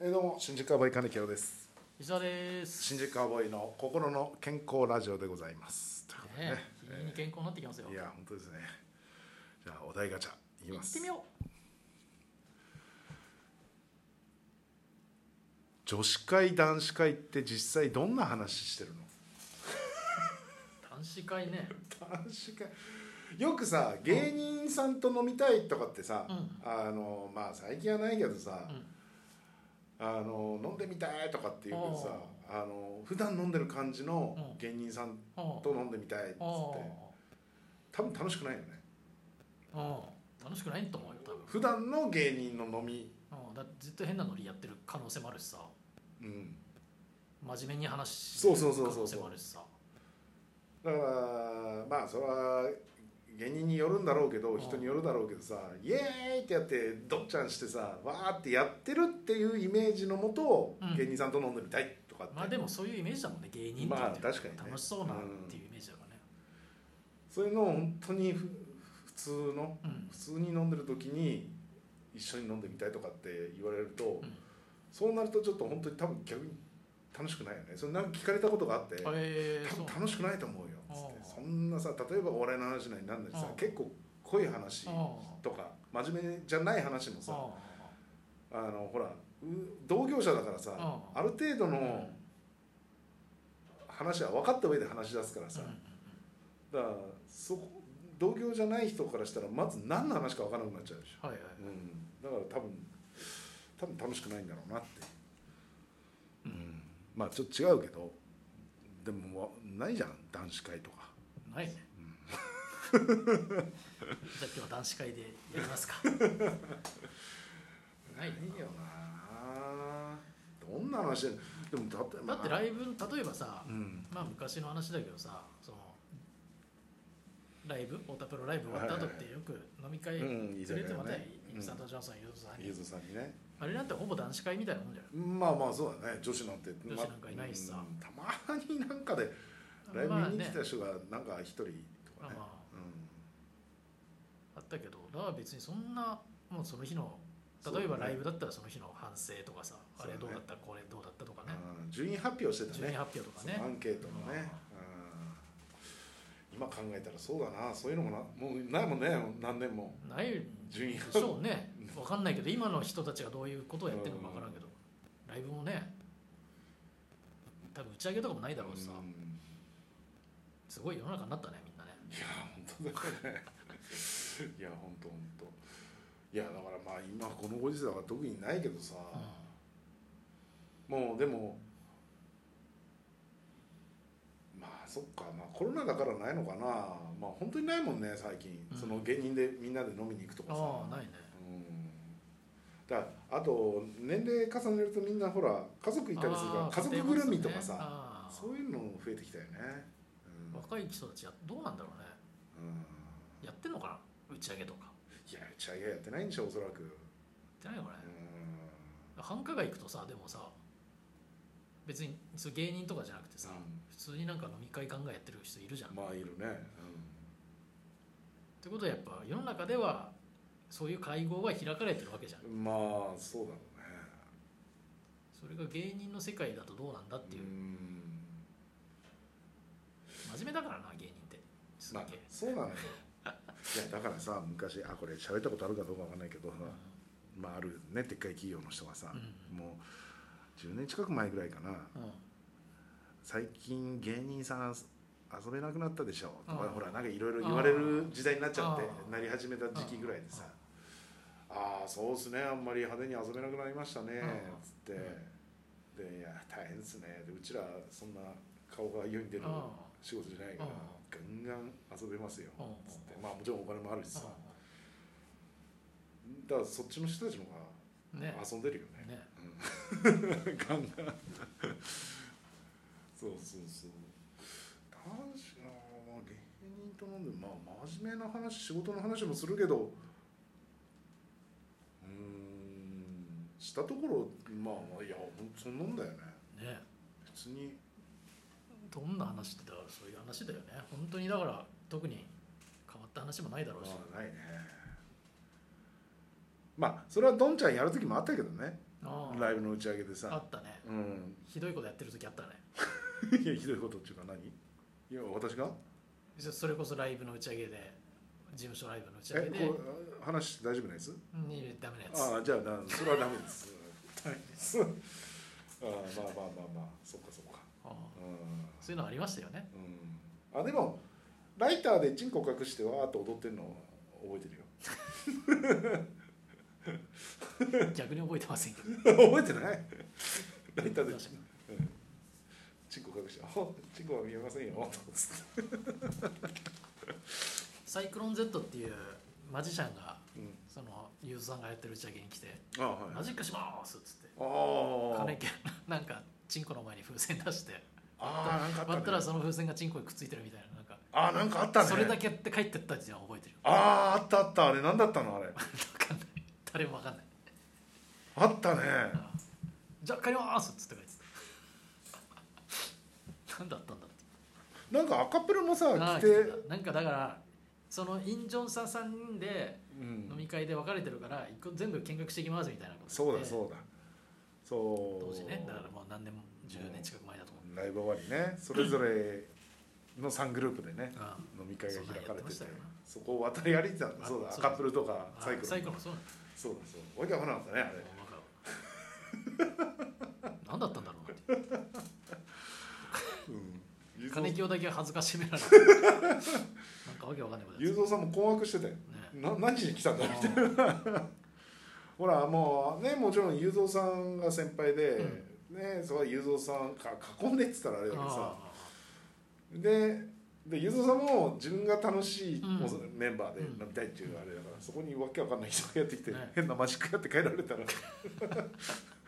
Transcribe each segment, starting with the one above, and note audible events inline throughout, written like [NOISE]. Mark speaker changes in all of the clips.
Speaker 1: えーどうも新宿アボーイ金城です
Speaker 2: 石田です。
Speaker 1: 新宿アボーイの心の健康ラジオでございますということでね
Speaker 2: ね、日に健康になってきますよ。
Speaker 1: いや本当ですねじゃあお題ガチャいき
Speaker 2: 行
Speaker 1: ま
Speaker 2: っ
Speaker 1: す
Speaker 2: てみよ
Speaker 1: 女子会男子会って実際どんな話してるの
Speaker 2: う。男子会ね。
Speaker 1: 男子会よくさ芸人さんと飲みたいとかってさ、
Speaker 2: うん
Speaker 1: あのまあ最近はないけどさ、
Speaker 2: うん
Speaker 1: あの飲んでみたいとかって言うけどさあの普段飲んでる感じの
Speaker 2: うん
Speaker 1: 芸人さん
Speaker 2: うん。
Speaker 1: と飲んでみたいっつって、
Speaker 2: うん
Speaker 1: 多分楽しくないよね
Speaker 2: うん。楽しくないと思うよ、多分。
Speaker 1: 普段の芸人の飲み、
Speaker 2: うん、だってずっと変なノリやってる可能性もあるしさ。
Speaker 1: うん、
Speaker 2: 真面目に話してる
Speaker 1: そうそうそうそう
Speaker 2: 可能性もあるしさ。
Speaker 1: だからまあそれは芸人によるんだろうけど
Speaker 2: うん
Speaker 1: 人によるだろうけどさイエーイってやってどっちゃんしてさわーってやってるっていうイメージのもと
Speaker 2: うん
Speaker 1: 芸人さんと飲んでみたいとかって、
Speaker 2: まあでもそういうイメージだもんね、芸人っていうのは
Speaker 1: まあ確かにね
Speaker 2: 楽しそうなっていうイメージだからね。
Speaker 1: そういうのを本当にふ普通の
Speaker 2: うん
Speaker 1: 普。通に飲んでる時に一緒に飲んでみたいとかって言われると、
Speaker 2: ん
Speaker 1: そうなるとちょっと本当に多分逆に楽しくないよねそれなんか聞かれたことがあって、
Speaker 2: えー、
Speaker 1: 多
Speaker 2: そう
Speaker 1: 分。楽しくないと思うよつって
Speaker 2: ああ
Speaker 1: そんなさ例えばお笑いの話なりなんなりさ
Speaker 2: ああ
Speaker 1: 結構濃い話
Speaker 2: あ
Speaker 1: とか真面目じゃない話も
Speaker 2: あ
Speaker 1: さあのほらう同業者だからさ
Speaker 2: ああ
Speaker 1: ある程度
Speaker 2: うん
Speaker 1: の話は分かった上で話し出すからさ
Speaker 2: うん
Speaker 1: だからそこ同業じゃない人からしたらまず何の話か分からなくなっちゃうでしょ、
Speaker 2: はいはい。
Speaker 1: うん、だから多分多分楽しくないんだろうなって、うん、まあちょっと違うけどでもわないじゃん男子会とか。
Speaker 2: ないね。 [LAUGHS] じゃあ今日は男子会でやりま
Speaker 1: [LAUGHS]
Speaker 2: すか。ないね。
Speaker 1: ないよなどんな話してんのでも例えば
Speaker 2: だってライブ例えばさ、
Speaker 1: うん
Speaker 2: まあ昔の話だけどさ、そのライブオタプロライブ終わった後ってよく飲み会
Speaker 1: う
Speaker 2: 連
Speaker 1: ん居
Speaker 2: れ
Speaker 1: 酒屋
Speaker 2: て
Speaker 1: ね
Speaker 2: またイ
Speaker 1: うん
Speaker 2: ブさんとジョンさん、ユーゾさん
Speaker 1: ゆ
Speaker 2: に
Speaker 1: ずさんにね
Speaker 2: あれなんてほぼ男子会みたいなもんじゃない。
Speaker 1: まあまあそうだね女子なんて
Speaker 2: 女子なんかいないしさ
Speaker 1: まあうんたまになんかでライ
Speaker 2: ま
Speaker 1: ブ
Speaker 2: あ
Speaker 1: 見に
Speaker 2: ね
Speaker 1: 来た人がなんか一人とかね、
Speaker 2: まあまああったけど、だから別にそんなもうその日の例えば
Speaker 1: そうだね
Speaker 2: ライブだったらその日の反省とかさ、あれどうだった、これどうだったとかね、
Speaker 1: うんうん順位発表してた
Speaker 2: 順位
Speaker 1: ね
Speaker 2: 発表とかね
Speaker 1: そのア。ンケートのね、うん今考えたらそうだなそういうのもなもうないもんね何年も
Speaker 2: ないで
Speaker 1: 順位
Speaker 2: しょうね分かんないけど今の人たちがどういうことをやってるのか分からんけどライブもね多分打ち上げとかもないだろうしさ
Speaker 1: うん
Speaker 2: すごい世の中になったねみんなね
Speaker 1: いや本当だよねいや本当本当いやだからまあ今このご時世は特にないけどさ、もうでもまあそっかまあコロナだからないのかなまあ本当にないもんね最近、
Speaker 2: うん
Speaker 1: その芸人でみんなで飲みに行くとかさ
Speaker 2: ああないね
Speaker 1: うんだあと年齢重ねるとみんなほら家族いたりするから
Speaker 2: ああ
Speaker 1: 家族ぐるみとかさ、
Speaker 2: ああ
Speaker 1: そういうのも増えてきたよね、うん
Speaker 2: 若い人たちやどうなんだろうね
Speaker 1: うん
Speaker 2: やってんのかな打ち上げとかや
Speaker 1: いや打ち上げやってないんでしょおそらく
Speaker 2: ってないよね
Speaker 1: う
Speaker 2: 繁華街行くとさでもさ別にそう芸人とかじゃなくてさ、
Speaker 1: うん
Speaker 2: 普通になんか飲み会考えやってる人いるじゃん
Speaker 1: んまあいるね、
Speaker 2: ってことはやっぱ世の中ではそういう会合は開かれてるわけじゃん
Speaker 1: うん、まあそうだろうね
Speaker 2: それが芸人の世界だとどうなんだっていう、
Speaker 1: ん
Speaker 2: 真面目だからな芸人ってすげ
Speaker 1: ま
Speaker 2: え
Speaker 1: あ、そうな
Speaker 2: [LAUGHS]
Speaker 1: のよいやだからさ昔あこれ喋ったことあるかどうかわかんないけどさ、まあ、あるねでっかい企業の人がさ、
Speaker 2: う
Speaker 1: もう10年近く前ぐらいかな
Speaker 2: うん
Speaker 1: 最近芸人さん遊べなくなったでしょとか
Speaker 2: うん
Speaker 1: ほらなんかいろいろ言われる時代になっちゃって
Speaker 2: うん
Speaker 1: なり始めた時期ぐらいでさ「ああそうっすねあんまり派手に遊べなくなりましたね」
Speaker 2: うん
Speaker 1: つって「でいや大変っすね」でうちらそんな顔が世に出る
Speaker 2: うん
Speaker 1: 仕事じゃないから
Speaker 2: うん
Speaker 1: ガンガン遊べますよ
Speaker 2: うんうん
Speaker 1: つってまあもちろんお金もあるしさだからそっちの人たちの方
Speaker 2: うんね
Speaker 1: が遊んでるよね
Speaker 2: ね
Speaker 1: [LAUGHS] ガンガンそうそうそう男子のまあ芸人と飲んでまあ真面目な話仕事の話もするけどうーんしたところまあまあいやほんそんなんだよね
Speaker 2: ね
Speaker 1: 別に
Speaker 2: どんな話ってだからそういう話だよね本当にだから特に変わった話もないだろうし、
Speaker 1: まあないねまあそれはどんちゃんやる時もあったけどね
Speaker 2: あ
Speaker 1: ライブの打ち上げで
Speaker 2: ああ
Speaker 1: さ
Speaker 2: ったね
Speaker 1: うん [LAUGHS]
Speaker 2: ひどいことやってる時あったね
Speaker 1: いやひどいことっていうか何いや私が
Speaker 2: そそれこそライブの打ち上げで事務所ライブの打ち上
Speaker 1: え
Speaker 2: げで
Speaker 1: こう話して大丈夫なやつ
Speaker 2: にダメなやつ
Speaker 1: ああじゃあだ [LAUGHS] それはダメです
Speaker 2: ダメです
Speaker 1: ああ [LAUGHS] まあまあまあまあそっかそっか
Speaker 2: ああ
Speaker 1: う
Speaker 2: そういうのありましたよね
Speaker 1: ん、うん、あでもライターでチンコ隠してわーっと踊ってるの覚えてるよ [LAUGHS]
Speaker 2: 逆に覚えてませんけど
Speaker 1: 覚えてない [LAUGHS] ライターで
Speaker 2: 確かに
Speaker 1: チンコ隠して「あチンコは見えませんよ」とつって
Speaker 2: サイクロン Z っていうマジシャンが
Speaker 1: うん
Speaker 2: そのユーズさんがやってる打ち上げに来て
Speaker 1: あ
Speaker 2: 「
Speaker 1: はい
Speaker 2: マジックします」っつって
Speaker 1: あ
Speaker 2: 金券 [LAUGHS] なんかチンコの前に風船出して
Speaker 1: ああーなんかあ
Speaker 2: 割
Speaker 1: っ
Speaker 2: ったた
Speaker 1: ね
Speaker 2: らその風船がチンコにくっついてるみたいななんか
Speaker 1: ああなんかあったね
Speaker 2: それだけやって帰ってった時は覚えてるよ
Speaker 1: あああったあったあれ何だったのあれ
Speaker 2: 分かんない誰も分かんない
Speaker 1: あったね
Speaker 2: じゃあ帰りますっつって帰 [LAUGHS] ってた何だったんだって
Speaker 1: なんかアカペラもさ
Speaker 2: な
Speaker 1: 来
Speaker 2: あ
Speaker 1: て、
Speaker 2: なんかだからそのインジョンサ3人で
Speaker 1: うん
Speaker 2: 飲み会で別れてるから一個全部見学してきますみたいなこと
Speaker 1: そうだ
Speaker 2: う
Speaker 1: そうだそう
Speaker 2: 当時ねだからもう何年も10年近く前だと思う、
Speaker 1: ライブ終わりねそれぞれの3グループでね
Speaker 2: あ
Speaker 1: 飲み会が開かれてて
Speaker 2: そんなんやってましたよな
Speaker 1: そこを渡り歩いてたんだ
Speaker 2: あ
Speaker 1: そうだ
Speaker 2: そう
Speaker 1: ア
Speaker 2: だ
Speaker 1: カップルとか
Speaker 2: あ
Speaker 1: サイクル
Speaker 2: サイクルもそうなん
Speaker 1: そうだそうわけわからなかったねあれ
Speaker 2: だよ何だったんだろうって
Speaker 1: うん
Speaker 2: 金
Speaker 1: 雄
Speaker 2: 清だけは恥ずかしめられて
Speaker 1: [LAUGHS]
Speaker 2: なんかわけわかんないことやって
Speaker 1: 三さんも困惑してたよ
Speaker 2: た
Speaker 1: な何時に来たんだみたいな
Speaker 2: ね
Speaker 1: [LAUGHS] ほらもうねもちろん雄三さんが先輩で、ねそこは雄三さんか囲んでって言ったらあれだけどさ
Speaker 2: ああ
Speaker 1: でで雄三さんも自分が楽しい、
Speaker 2: うん
Speaker 1: もうメンバーで
Speaker 2: うん
Speaker 1: 飲みたいっていうあれだから、そこにわけわかんない人がやってきて、
Speaker 2: ね
Speaker 1: 変なマジックやって帰られたら [LAUGHS]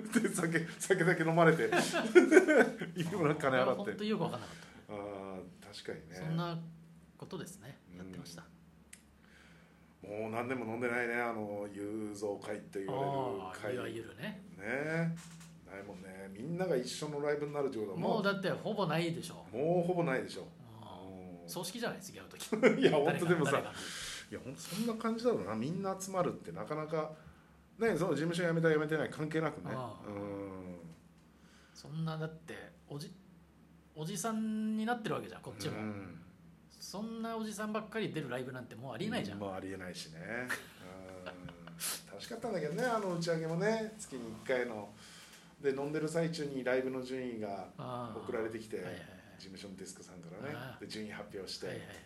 Speaker 1: で酒酒だけ飲まれて [LAUGHS] 意味もなく金払っ
Speaker 2: 本
Speaker 1: て
Speaker 2: 当によく分かんなかっ
Speaker 1: ああ確かに
Speaker 2: た、
Speaker 1: ね
Speaker 2: そんなことですね
Speaker 1: うん
Speaker 2: やってました、
Speaker 1: もう何年も飲んでないねあの雄三会って言
Speaker 2: あ
Speaker 1: わ
Speaker 2: あ
Speaker 1: れ
Speaker 2: い
Speaker 1: る
Speaker 2: わ
Speaker 1: 会
Speaker 2: ゆるね
Speaker 1: ねないもんねみんなが一緒のライブになるってことは
Speaker 2: も
Speaker 1: も
Speaker 2: うだってほぼないでしょ
Speaker 1: うもうほぼないでしょ
Speaker 2: うん
Speaker 1: う
Speaker 2: 葬式じゃない次会う時
Speaker 1: ん [LAUGHS] いや本当でもさ
Speaker 2: 誰か
Speaker 1: いやほんとそんな感じだろうなみんな集まるってなかなかねその事務所辞めた辞めてない関係なくね
Speaker 2: ああ
Speaker 1: う
Speaker 2: そんなだっておじおじさんになってるわけじゃんこっちも、
Speaker 1: ん
Speaker 2: そんなおじさんばっかり出るライブなんてもうあ
Speaker 1: あ
Speaker 2: りえないじゃん、
Speaker 1: まあありえないしねうん楽しかったんだけどねあの打ち上げもね月に1回ので飲んでる最中にライブの順位が
Speaker 2: ああ
Speaker 1: 送られてきて
Speaker 2: はいはいはい
Speaker 1: 事務所のデスクさんからね
Speaker 2: ああ
Speaker 1: で順位発表して
Speaker 2: はいはいはい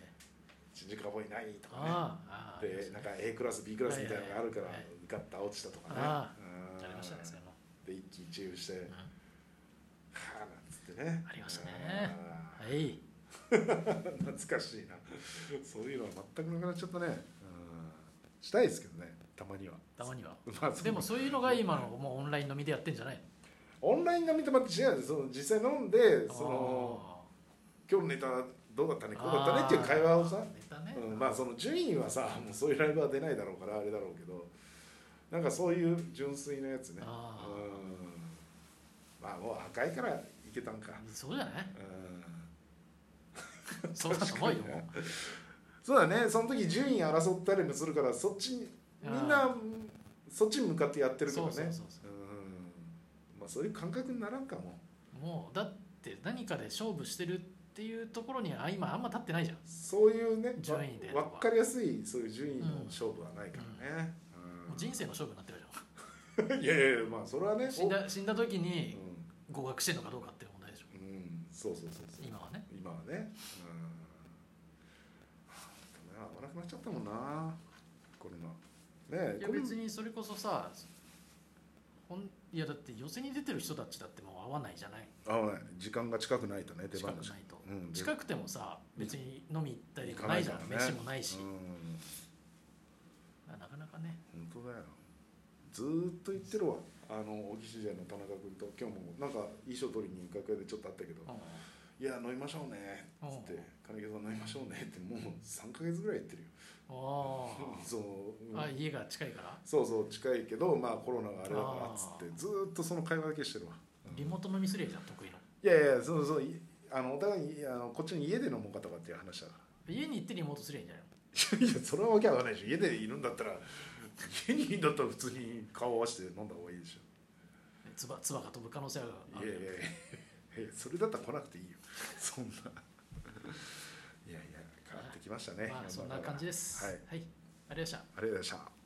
Speaker 1: 「新宿アボいない」とかね
Speaker 2: ああああ
Speaker 1: でなんか A クラス B クラスみたいなのがあるから
Speaker 2: はいはい
Speaker 1: 受かった落ちたとかね
Speaker 2: あ
Speaker 1: うん
Speaker 2: ありましたねそれも、
Speaker 1: で一喜一憂して
Speaker 2: うん
Speaker 1: はあなんつってね
Speaker 2: ありましたね
Speaker 1: あ
Speaker 2: はい
Speaker 1: ー懐かしいなそういうのは全くなくなっちゃったねうんしたいですけどねたまには [LAUGHS]
Speaker 2: たまには
Speaker 1: まあそ
Speaker 2: で
Speaker 1: う
Speaker 2: もそういうのが今のもうオンライン飲みでやってんじゃない
Speaker 1: オンライン飲みとまた違うよその実際飲んで
Speaker 2: の
Speaker 1: その
Speaker 2: ああ
Speaker 1: 今日のネタどうだったねこうだったねっていう会話をさ
Speaker 2: あーネタね
Speaker 1: うん、まあその順位はさ [LAUGHS] もうそういうライブは出ないだろうからあれだろうけどなんかそういう純粋なやつねうん
Speaker 2: あー
Speaker 1: まあもう破壊からいけたんか
Speaker 2: そうじゃない
Speaker 1: うん
Speaker 2: そうだと思うよ
Speaker 1: 確かにねそうだねその時順位争ったりもするからそっちにみんなそっちに向かってやってるからね
Speaker 2: そうそうそうそ
Speaker 1: うんまあそういう感覚にならんかも
Speaker 2: もうだって何かで勝負してるっていうところには今あんま立ってないじゃん、
Speaker 1: そういうね
Speaker 2: 順位で
Speaker 1: わわっかりやすいそういう順位の勝負はないからね、
Speaker 2: もう人生の勝負になってるじ
Speaker 1: うん [LAUGHS] いやいやいやまあそれはね
Speaker 2: ゃん死んだ死んだ時
Speaker 1: う
Speaker 2: に
Speaker 1: ん
Speaker 2: 合格してるのかどうかっていう問題でしょ
Speaker 1: うん、そうそうそうそう
Speaker 2: 今はね
Speaker 1: 今はねうんでもね合わなくなっちゃったもんなコロナねえ
Speaker 2: いや
Speaker 1: コロナ
Speaker 2: 別にそれこそさほんいやだって寄せに出てる人たちだってもう合わないじゃない
Speaker 1: 合わない時間が近くないとね出
Speaker 2: 近
Speaker 1: 番
Speaker 2: く
Speaker 1: が
Speaker 2: ないと、
Speaker 1: うんで
Speaker 2: 近くてもさ別に飲み行ったりもないじゃん、
Speaker 1: 行かないからね
Speaker 2: 飯もないし
Speaker 1: う、ん
Speaker 2: なかなかね
Speaker 1: 本当だよずーっと言ってるわあの小木市時代の田中君と今日もなんか衣装取りに楽屋でちょっと会ったけど
Speaker 2: うん
Speaker 1: 「いや飲みましょうね」っつって「金木さん飲みましょうね」ってもう3か月ぐらい言ってるよ
Speaker 2: あ
Speaker 1: そううん
Speaker 2: ああ家が近いから
Speaker 1: そうそう近いけどまあコロナがあれだから
Speaker 2: あー
Speaker 1: っつってずーっとその会話だけしてるわ
Speaker 2: リモート飲みすりゃいいじゃん得意の
Speaker 1: いやいやそうそういあのお互いあのこっちに家で飲もうかとかっていう話だから [LAUGHS]
Speaker 2: 家に行ってリモートすりゃいいんじゃない
Speaker 1: いやいやそれはわけわかんないでしょ家でいるんだったら家にいるんだったら普通に顔を合わせて飲んだ方がいいでしょ
Speaker 2: つばつばが飛ぶ可能性があ
Speaker 1: いやい
Speaker 2: る
Speaker 1: やい
Speaker 2: よ
Speaker 1: やいや [LAUGHS] それだったら来なくていいよそんないやいや変わってきましたね
Speaker 2: まあ、そんな感じです。
Speaker 1: はい
Speaker 2: ありがとうございました。
Speaker 1: ありがとうございました